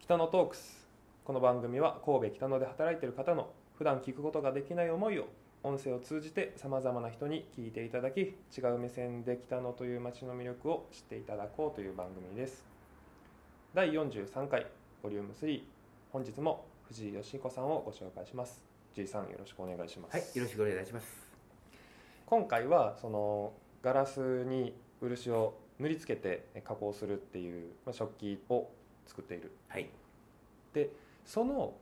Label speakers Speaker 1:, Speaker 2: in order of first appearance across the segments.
Speaker 1: 北野トークスこの番組は神戸北野で働いている方の普段聞くことができない思いを音声を通じてさまざまな人に聞いていただき違う目線で北野という街の魅力を知っていただこうという番組です第43回ボリューム3本日も藤井義彦さんをご紹介します藤井さんよろしくお願いします、
Speaker 2: はい、よろしくお願いします。
Speaker 1: 今回はそのガラスに漆を塗りつけて加工するっていうまあ食器を作っている
Speaker 2: はい、
Speaker 1: その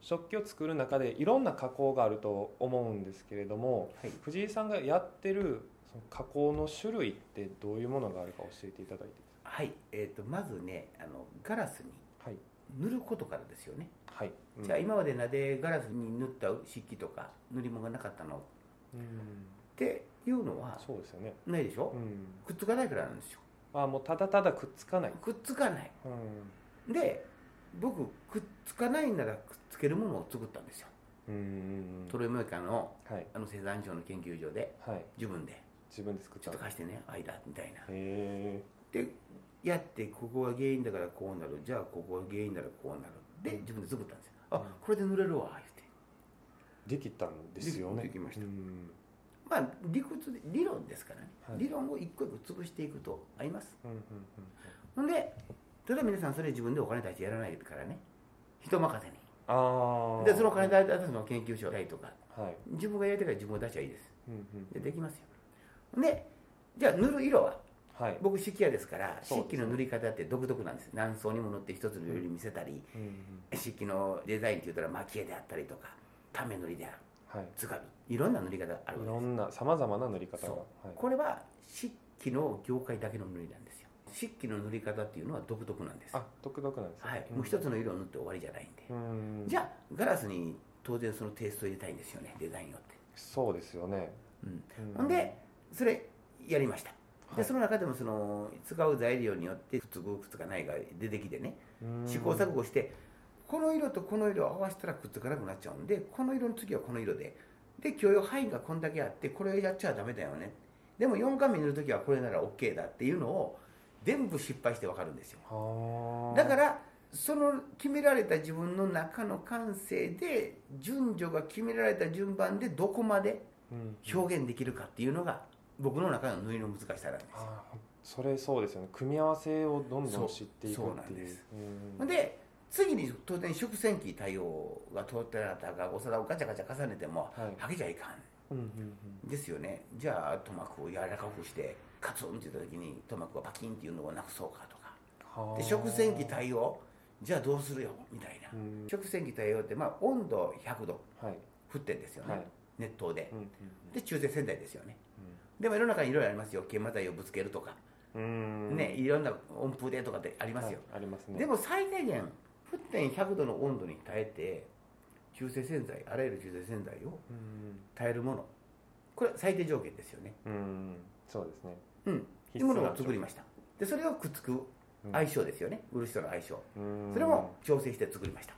Speaker 1: 食器を作る中でいろんな加工があると思うんですけれども
Speaker 2: はい、
Speaker 1: 藤井さんがやってるその加工の種類ってどういうものがあるか教えていただいて
Speaker 2: はい、えっ、と、まずね、あの、ガラスに
Speaker 1: はい
Speaker 2: 塗ることからですよね。
Speaker 1: はい、うん
Speaker 2: じゃあ、今までなぜガラスに塗った漆器とか塗り物がなかったのっ
Speaker 1: うん
Speaker 2: ていうのは
Speaker 1: そうですよね
Speaker 2: ないでしょ、
Speaker 1: うん
Speaker 2: くっつかないからなんですよ。
Speaker 1: あもうただただくっつかない
Speaker 2: くっつかない。
Speaker 1: うん
Speaker 2: で、僕、くっつかないならくっつけるものを作ったんですよ。
Speaker 1: うんうん
Speaker 2: トロイモイカの
Speaker 1: はい
Speaker 2: あの生産省の研究所で、
Speaker 1: はい
Speaker 2: 自分で、
Speaker 1: 自分で作っ
Speaker 2: ち
Speaker 1: た
Speaker 2: ょっ
Speaker 1: の
Speaker 2: と貸してね、間、みたいな。
Speaker 1: へ
Speaker 2: でやってここが原因だからこうなるじゃあここが原因だからこうなるで自分で作ったんですよあ
Speaker 1: うん
Speaker 2: これで塗れるわ言って
Speaker 1: えできたんですよね
Speaker 2: できました
Speaker 1: うん
Speaker 2: まあ理屈で理論ですからね、
Speaker 1: はい
Speaker 2: 理論を一個一個潰していくと合います
Speaker 1: うんうんうん
Speaker 2: ほんでただ皆さんそれ自分でお金出してやらないからね人任せに
Speaker 1: ああ
Speaker 2: でそのお金出すのは研究所代とか
Speaker 1: はい
Speaker 2: 自分がやりたいから自分が出しちゃいいです
Speaker 1: うんう
Speaker 2: で
Speaker 1: ん
Speaker 2: できますよほんでじゃあ塗る色は
Speaker 1: はい
Speaker 2: 僕漆器屋ですから
Speaker 1: そうで
Speaker 2: 漆
Speaker 1: すね
Speaker 2: 器の塗り方って独特なんです何層にも塗って一つの色に見せたり、
Speaker 1: うんうん
Speaker 2: 漆器のデザインって言ったら蒔絵であったりとかため塗りである
Speaker 1: はい
Speaker 2: つかみいろんな塗り方がある
Speaker 1: い
Speaker 2: わ
Speaker 1: ろ
Speaker 2: けで
Speaker 1: んなさまざまな塗り方が
Speaker 2: そ
Speaker 1: はい
Speaker 2: すこれは漆器の業界だけの塗りなんですよ漆器の塗り方っていうのは独特なんです
Speaker 1: あ独特なんですね
Speaker 2: はい
Speaker 1: ん
Speaker 2: もう一つの色を塗って終わりじゃないんで
Speaker 1: うん
Speaker 2: じゃあガラスに当然そのテイストを入れたいんですよねデザインをって、
Speaker 1: そうですよね
Speaker 2: うん
Speaker 1: うん
Speaker 2: ほんでそれやりました
Speaker 1: はい
Speaker 2: でその中でもその使う材料によってくっつくくっつかないが出てきてね
Speaker 1: うん
Speaker 2: 試行錯誤してこの色とこの色を合わせたらくっつかなくなっちゃうんでこの色の次はこの色でで許容範囲がこんだけあってこれをやっちゃダメだよねでも4回目塗る時はこれなら OK だっていうのを全部失敗してわかるんですよ
Speaker 1: はあ
Speaker 2: だからその決められた自分の中の感性で順序が決められた順番でどこまで
Speaker 1: うん
Speaker 2: 表現できるかっていうのが僕の中の縫いの難しさなんですよ
Speaker 1: あーそれそうですよね組み合わせをどんど
Speaker 2: そ
Speaker 1: ん
Speaker 2: う
Speaker 1: 知っていく
Speaker 2: そう
Speaker 1: っ
Speaker 2: な
Speaker 1: て
Speaker 2: ん
Speaker 1: い
Speaker 2: で
Speaker 1: う
Speaker 2: す
Speaker 1: う
Speaker 2: ほんで次に当然食洗機対応が通ってなかったからお皿をガチャガチャ重ねても
Speaker 1: はい
Speaker 2: はげちゃいか
Speaker 1: うんうんうん
Speaker 2: んですよねじゃあトマクを柔らかくしてカツンって言った時にトマクがパキンっていうのをなくそうかとか
Speaker 1: はあ
Speaker 2: で食洗機対応じゃあどうするよみたいな、
Speaker 1: うん
Speaker 2: 食洗機対応ってまあ温度100度
Speaker 1: はい
Speaker 2: 沸点ですよね、
Speaker 1: はい
Speaker 2: 熱湯で
Speaker 1: うんうん
Speaker 2: で中性洗剤ですよねでも世の中にいろいろありますよ研磨剤をぶつけるとか、
Speaker 1: うんうん
Speaker 2: ねいろんな温風でとかってありますよ、
Speaker 1: はいありますね
Speaker 2: でも最低限沸点100度の温度に耐えて中性洗剤あらゆる中性洗剤を
Speaker 1: うん
Speaker 2: 耐えるものこれは最低条件ですよね
Speaker 1: うんそうですね
Speaker 2: うんというものを作りましたでそれをくっつく相性ですよね、漆との相性
Speaker 1: うん
Speaker 2: それも調整して作りました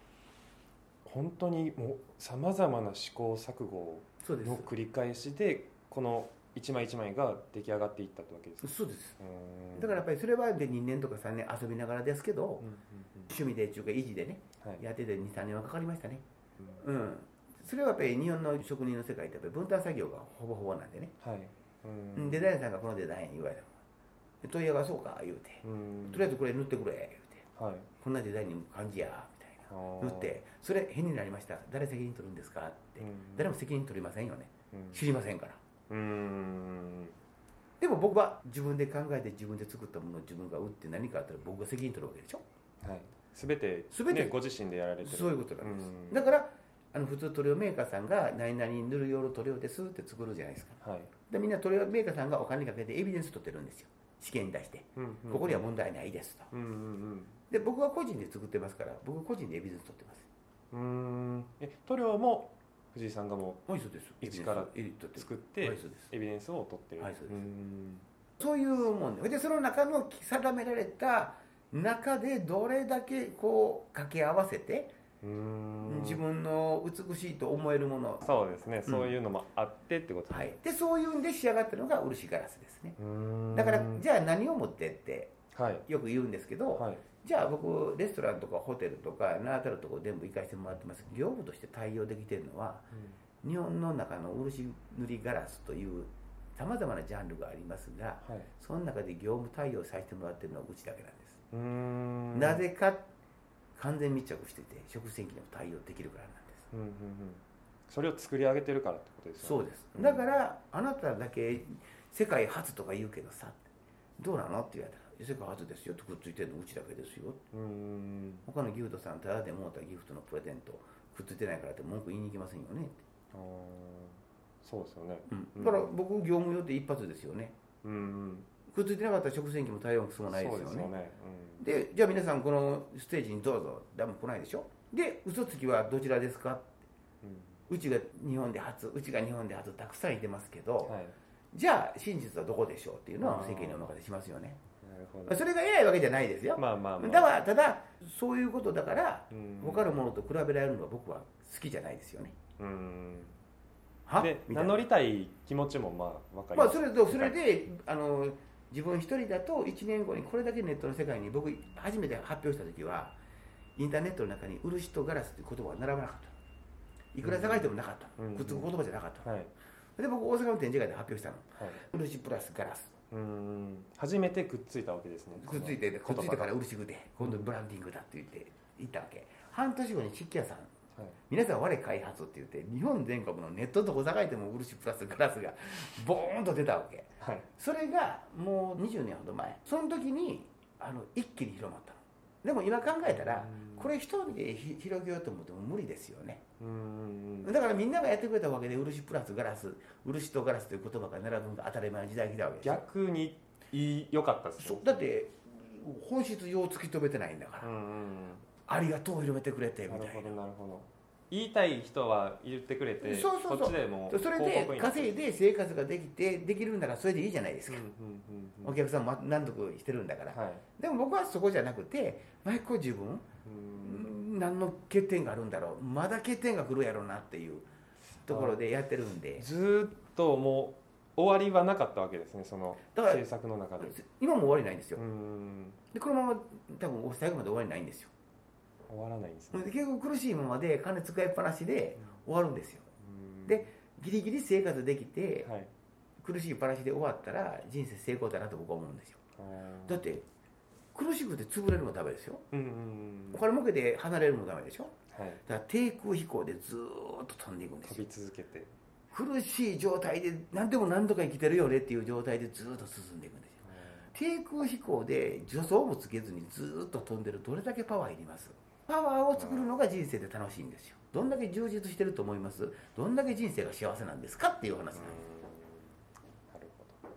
Speaker 1: 本当にもうさまざまな試行錯誤
Speaker 2: そうで
Speaker 1: の繰り返しでこの一枚一枚が出来上がっていったってわけですね
Speaker 2: すそうです
Speaker 1: うん
Speaker 2: だからやっぱりそれはで2年とか3年遊びながらですけど、
Speaker 1: うんうん
Speaker 2: 趣味で中華維持でね
Speaker 1: うんはい
Speaker 2: やってて23年はかかりましたね
Speaker 1: うん
Speaker 2: うんそれはやっぱり日本の職人の世界ってやっぱり分担作業がほぼほぼなんでね
Speaker 1: はいうん
Speaker 2: デザインさんがこのデザイン言われたで問い合わそうか言うて、
Speaker 1: うん
Speaker 2: とりあえずこれ塗ってくれ言うて
Speaker 1: はい
Speaker 2: こんなデザインに感じやみ
Speaker 1: あ
Speaker 2: た
Speaker 1: ー
Speaker 2: いな塗ってそれ変になりました誰責任取るんですかって、
Speaker 1: うん
Speaker 2: 誰も責任取りませんよね
Speaker 1: うん
Speaker 2: 知りませんから
Speaker 1: うん
Speaker 2: でも僕は自分で考えて自分で作ったものを自分が売って何かあったら僕が責任取るわけでしょ
Speaker 1: はい全て
Speaker 2: 全て
Speaker 1: ねご自身でやられてる
Speaker 2: そういうことなんです、
Speaker 1: うん
Speaker 2: だからあの普通塗料メーカーさんが何々塗る用の塗料ですって作るじゃないですか
Speaker 1: はい
Speaker 2: でみんな塗料メーカーさんがお金かけてエビデンス取ってるんですよ試験に出して
Speaker 1: うんうん
Speaker 2: ここには問題ないですと
Speaker 1: うんうん
Speaker 2: で僕は個人で作ってますから僕個人でエビデンス取ってます
Speaker 1: うんうんえ塗料も藤井さんがも
Speaker 2: はいそうですエビデンス
Speaker 1: 一から
Speaker 2: エビ取って
Speaker 1: う
Speaker 2: る
Speaker 1: 作っ
Speaker 2: は
Speaker 1: て
Speaker 2: いそうです
Speaker 1: エビデンスを取ってる
Speaker 2: はいそうです
Speaker 1: ん
Speaker 2: そういうもんででその中の定められた中でどれだけこう掛け合わせて
Speaker 1: うん
Speaker 2: 自分の美しいと思えるもの、
Speaker 1: そうですねそういうのもあってってこと
Speaker 2: はい、でそういうんで仕上がったのが漆ガラスですね
Speaker 1: うん
Speaker 2: だからじゃあ何を持ってって
Speaker 1: はい
Speaker 2: よく言うんですけど、
Speaker 1: はい
Speaker 2: じゃあ僕レストランとかホテルとか名だたるとこ全部行かせてもらってます業務として対応できてるのは日本の中の漆塗りガラスというさまざまなジャンルがありますが
Speaker 1: はい、
Speaker 2: その中で業務対応させてもらってるのはうちだけなんです、
Speaker 1: うーん
Speaker 2: なぜか完全密着してて食洗機にも対応できるからなんです
Speaker 1: うんうんうんそれを作り上げてるからってことですよね
Speaker 2: そうですだからあなただけ世界初とか言うけどさどうなのって言われたらいや「世界初ですよ」とくっついてるのうちだけですよ
Speaker 1: うーん
Speaker 2: 他のギフトさんただでもうたギフトのプレゼントくっついてないからって文句言いに行きませんよね、
Speaker 1: あーそうですよね
Speaker 2: うん、だから僕業務用って一発ですよね
Speaker 1: うんうん
Speaker 2: くっついてなかったら食洗機も対応もくそもないですよ
Speaker 1: そうですよ
Speaker 2: ね
Speaker 1: ね、
Speaker 2: でじゃあ皆さんこのステージにどうぞ誰も来ないでしょで嘘つきはどちらですか
Speaker 1: うん
Speaker 2: うちが日本で初うちが日本で初たくさんいてますけど、
Speaker 1: うん、はい
Speaker 2: じゃあ真実はどこでしょうっていうのは世間にお任せしますよね
Speaker 1: なるほ
Speaker 2: まあ
Speaker 1: ど
Speaker 2: それが偉いわけじゃないですよ
Speaker 1: まあまあまあ
Speaker 2: だからただそういうことだから
Speaker 1: うん
Speaker 2: 他のものと比べられるのは僕は好きじゃないですよね
Speaker 1: うん
Speaker 2: は
Speaker 1: で
Speaker 2: みた
Speaker 1: 名
Speaker 2: い
Speaker 1: 乗
Speaker 2: な
Speaker 1: りたい気持ちもまあわかり
Speaker 2: ま
Speaker 1: ま
Speaker 2: あ
Speaker 1: す、
Speaker 2: それとそれであの自分一人だと1年後にこれだけネットの世界に僕初めて発表した時はインターネットの中に漆とガラスという言葉が並ばなかったいくら探してもなかった、
Speaker 1: うん
Speaker 2: くっつく言葉じゃなかった、
Speaker 1: はいはい
Speaker 2: で僕大阪の展示会で発表したの漆プラスガラス
Speaker 1: うん初めてくっついたわけですね
Speaker 2: くっついててくっついてからら嬉しくて今度ブランディングだって言って行ったわけ半年後に漆器屋さん
Speaker 1: はい
Speaker 2: 皆さん我開発って言って日本全国のネットとこ栄えても漆プラスガラスがボーンと出たわけ
Speaker 1: はい
Speaker 2: それがもう20年ほど前その時にあの一気に広まったのでも今考えたら
Speaker 1: うん
Speaker 2: これ一人でひ広げようと思っても無理ですよね
Speaker 1: うんうんうん
Speaker 2: だからみんながやってくれたわけで漆プラスガラス漆とガラスという言葉が並ぶのが当たり前の時代が来たわけですよ
Speaker 1: 逆にいい良かったです
Speaker 2: そ
Speaker 1: ね
Speaker 2: うだって本質上を突き止めてないんだから
Speaker 1: うんうんうん
Speaker 2: ありがとうを広めてくれてみ
Speaker 1: なる
Speaker 2: た
Speaker 1: ほ
Speaker 2: い
Speaker 1: ど
Speaker 2: な
Speaker 1: なるほど言いたい人は言ってくれて
Speaker 2: そうそうそう
Speaker 1: こっちでも
Speaker 2: それで稼い
Speaker 1: で
Speaker 2: で生活ができてできるならそれでいいじゃないです
Speaker 1: うん
Speaker 2: か
Speaker 1: う、んうん
Speaker 2: お客さんも満足してるんだから、
Speaker 1: はい
Speaker 2: でも僕はそこじゃなくて毎回自分、
Speaker 1: うん
Speaker 2: 何の欠点があるんだろうまだ欠点が来るやろうなっていうところでやってるんで
Speaker 1: ずーっともう終わりはなかったわけですねその
Speaker 2: だから
Speaker 1: 制作の中で
Speaker 2: 今も終わりないんです
Speaker 1: う
Speaker 2: よ
Speaker 1: ん
Speaker 2: でこのまま多分最後まで終わりないんですよ
Speaker 1: 終わらないんです
Speaker 2: で
Speaker 1: ね
Speaker 2: 結構苦しいままで金使いっぱなしで終わるんですよ
Speaker 1: うん
Speaker 2: でギリギリ生活できて
Speaker 1: はい
Speaker 2: 苦しいっぱなしで終わったら人生成功だなと僕は思うんですよ
Speaker 1: あー
Speaker 2: だって苦しくて潰れるのもダメですよ
Speaker 1: うんうんうん
Speaker 2: お金儲けて離れるのもダメでしょ
Speaker 1: はい
Speaker 2: だから低空飛行でずーっと飛んでいくんです
Speaker 1: 飛
Speaker 2: よ
Speaker 1: び続けて
Speaker 2: 苦しい状態で何でも何とか生きてるよねっていう状態でずーっと進んでいくんですよ低空飛行で助走もつけずにずーっと飛んでるどれだけパワーいりますパワーを作るのが人生で楽しいんですよどんだけ充実してると思いますどんだけ人生が幸せなんですかっていう話なん
Speaker 1: う
Speaker 2: です
Speaker 1: んなるほど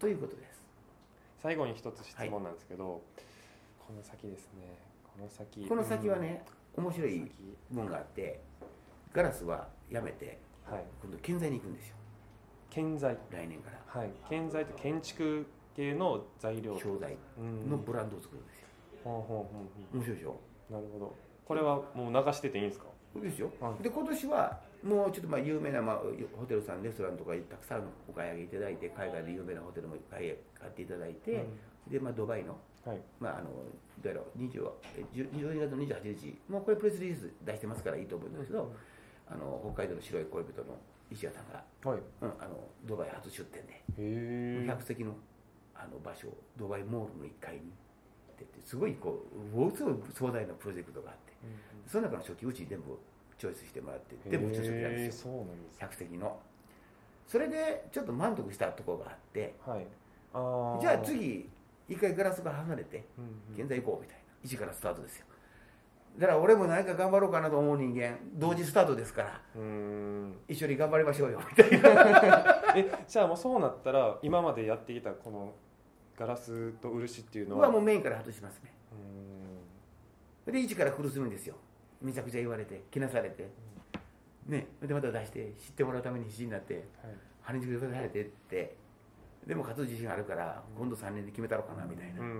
Speaker 2: ということです
Speaker 1: 最後に一つ質問なんですけど、この先ですねこの先
Speaker 2: この先は、ね面白
Speaker 1: うん
Speaker 2: いもんがあってガラスはやめて
Speaker 1: 先はい
Speaker 2: 今度建材に行くんですよ
Speaker 1: 建材
Speaker 2: 来年から
Speaker 1: はい建材と建築系の材料
Speaker 2: 商材
Speaker 1: うん
Speaker 2: のブランドを作るんですよ
Speaker 1: ほうほうほうほ
Speaker 2: 面白いでしょ
Speaker 1: うなるほどこれはもう流してていいんですか
Speaker 2: いいですよ、
Speaker 1: はい
Speaker 2: で今年はもうちょっとまあ有名な、まあ、ホテルさんレストランとかたくさんお買い上げいただいて海外で有名なホテルも買い買っていただいて、でまあドバイの,、
Speaker 1: はい
Speaker 2: まあ、あのどうやろう20はえ10 12月の28日もうこれプレスリリース出してますからいいと思うんですけど、あの北海道の白い恋人の石谷さんが、
Speaker 1: はいへ
Speaker 2: うん、あのドバイ初出店で
Speaker 1: え
Speaker 2: 100席のあの場所をドバイモールの1階にって言ってすごいこうものすごい壮大なプロジェクトがあって。その中の食器うちに全部チョイスしてもらって全部うちの食器なんですよ
Speaker 1: そうなんです
Speaker 2: 客席のそれでちょっと満足したところがあって
Speaker 1: はいあ
Speaker 2: じゃあ、次一回ガラスから離れて
Speaker 1: うんうん
Speaker 2: 現在行こうみたいな一からスタートですよだから俺も何か頑張ろうかなと思う人間同時スタートですから
Speaker 1: うーん
Speaker 2: 一緒に頑張りましょうよみたいな
Speaker 1: えじゃあもうそうなったら今までやってきたこのガラスと漆っていうの
Speaker 2: 僕
Speaker 1: は
Speaker 2: はもうメインから外しますね
Speaker 1: うーん
Speaker 2: で一から苦しむんですよめちゃくちゃ言われてけなされてねでまた出して知ってもらうために必死になって
Speaker 1: はい
Speaker 2: 羽根作りされてってでも勝つ自信があるから今度3年で決めたろうかなみたいな、
Speaker 1: うんうんう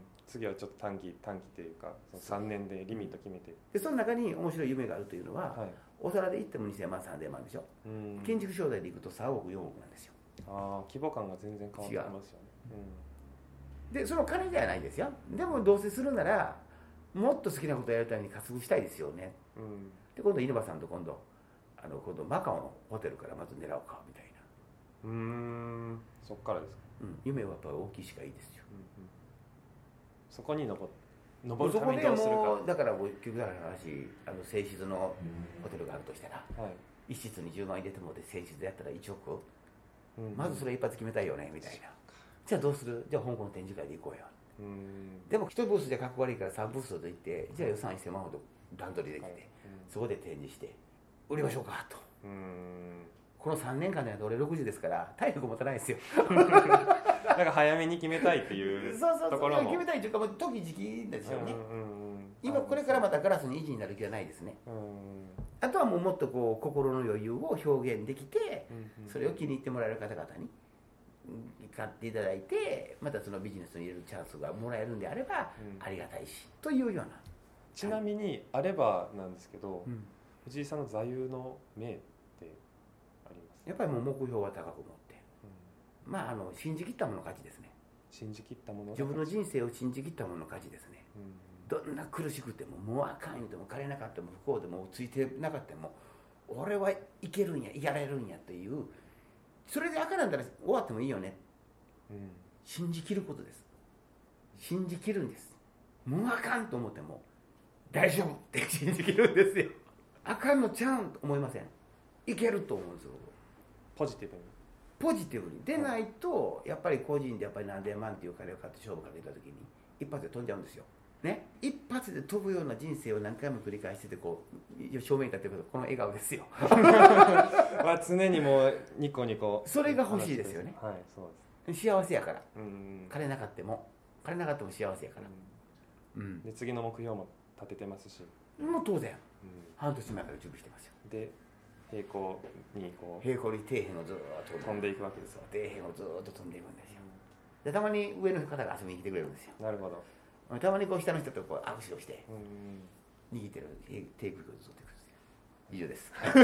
Speaker 1: ん次はちょっと短期短期というかその3年でリミット決めて
Speaker 2: でその中に面白い夢があるというのは、
Speaker 1: はい
Speaker 2: お皿で行っても2000万3000万でしょ、
Speaker 1: うん
Speaker 2: 建築商材で行くと3億4億なんですよ
Speaker 1: ああ規模感が全然変わってきますよね
Speaker 2: でその金ではないですよでもどうせするならもっと好きなことをやるために活動したいですよね
Speaker 1: うん
Speaker 2: で今度稲葉さんと今度あの今度マカオのホテルからまず狙おうかみたい
Speaker 1: う
Speaker 2: な、
Speaker 1: ーんそっからですか、
Speaker 2: うん、夢はやっぱり大きいしかいいですよ
Speaker 1: うんうん、そこに登
Speaker 2: も
Speaker 1: 登
Speaker 2: うそ
Speaker 1: るた
Speaker 2: こ
Speaker 1: めに
Speaker 2: で
Speaker 1: どうするか
Speaker 2: もうだからもう結局だから話あの誠実のホテルがあるとしたら
Speaker 1: はい
Speaker 2: 一室に10万入れてもで誠実でやったら1億
Speaker 1: うん
Speaker 2: まずそれ一発決めたいよねみたいなじゃあどうするじゃあ香港展示会で行こうよ
Speaker 1: うん
Speaker 2: でも1ブースじゃかっこ悪いから3ブースと行ってじゃあ予算1000万ほど段取りでき
Speaker 1: は
Speaker 2: て、
Speaker 1: い
Speaker 2: そこで展示して売りましょうかと
Speaker 1: うんうん
Speaker 2: この3年間の間俺60ですから体力持たないですよ
Speaker 1: なんか早めに決めたいって
Speaker 2: そう
Speaker 1: いう
Speaker 2: そうそ
Speaker 1: とこ
Speaker 2: う
Speaker 1: ろも
Speaker 2: 決めたいというかもう時期時期ですよね、
Speaker 1: うんうんうん
Speaker 2: 今これからまたガラスに維持になる気はないですね
Speaker 1: うん
Speaker 2: あとはもうもっとこう心の余裕を表現できて
Speaker 1: うんうん
Speaker 2: それを気に入ってもらえる方々にうん買っていただいてまたそのビジネスに入れるチャンスがもらえるんであれば
Speaker 1: うん
Speaker 2: ありがたいしというような、
Speaker 1: ちなみにあればなんですけど
Speaker 2: うん
Speaker 1: 藤井さんの座右の銘ってあります
Speaker 2: やっぱりもう目標は高く持って
Speaker 1: うん
Speaker 2: まああの信じ切ったもの勝ちですね
Speaker 1: 信じ切ったものが
Speaker 2: 自分の人生を信じ切ったもの勝ちですね
Speaker 1: うん
Speaker 2: どんな苦しくてももうあかん言うても枯れなかったも不幸でもついてなかったも俺はいけるんややれるんやというそれであかなんだら終わってもいいよね
Speaker 1: うん
Speaker 2: 信じきることです信じきるんですもうあかんと思っても大丈夫って信じきるんですよあかんのちゃうんと思いませんいけると思うんですよ
Speaker 1: ポジティブに
Speaker 2: ポジティブにでないとやっぱり個人でやっぱり何千万っていう金を買って勝負かけた時に一発で飛んじゃうんですよね一発で飛ぶような人生を何回も繰り返しててこう正面に立ってくるこの笑顔ですよ
Speaker 1: は常にもうニコニコ
Speaker 2: それが欲しいですよね
Speaker 1: はいそうです
Speaker 2: 幸せやから
Speaker 1: うんうん
Speaker 2: 金なかっても金なかっても幸せやからうん
Speaker 1: で次の目標も立ててますし、
Speaker 2: もう当然
Speaker 1: う
Speaker 2: 半年前から準備してますよ
Speaker 1: ん、で平行にこう
Speaker 2: 平行に底辺をずーっと
Speaker 1: 飛んでいくわけです
Speaker 2: そう
Speaker 1: よ、
Speaker 2: 底辺をずーっと飛んでいくんですよでたまに上の方が遊びに来てくれるんですよ
Speaker 1: なるほど、
Speaker 2: たまにこう下の人とこう握手をして
Speaker 1: うん
Speaker 2: 握ってるテーブルをずっといくんですよ以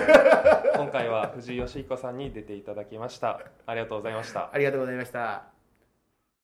Speaker 2: 上です
Speaker 1: 今回は藤井義彦さんに出ていただきましたありがとうございました
Speaker 2: ありがとうございました。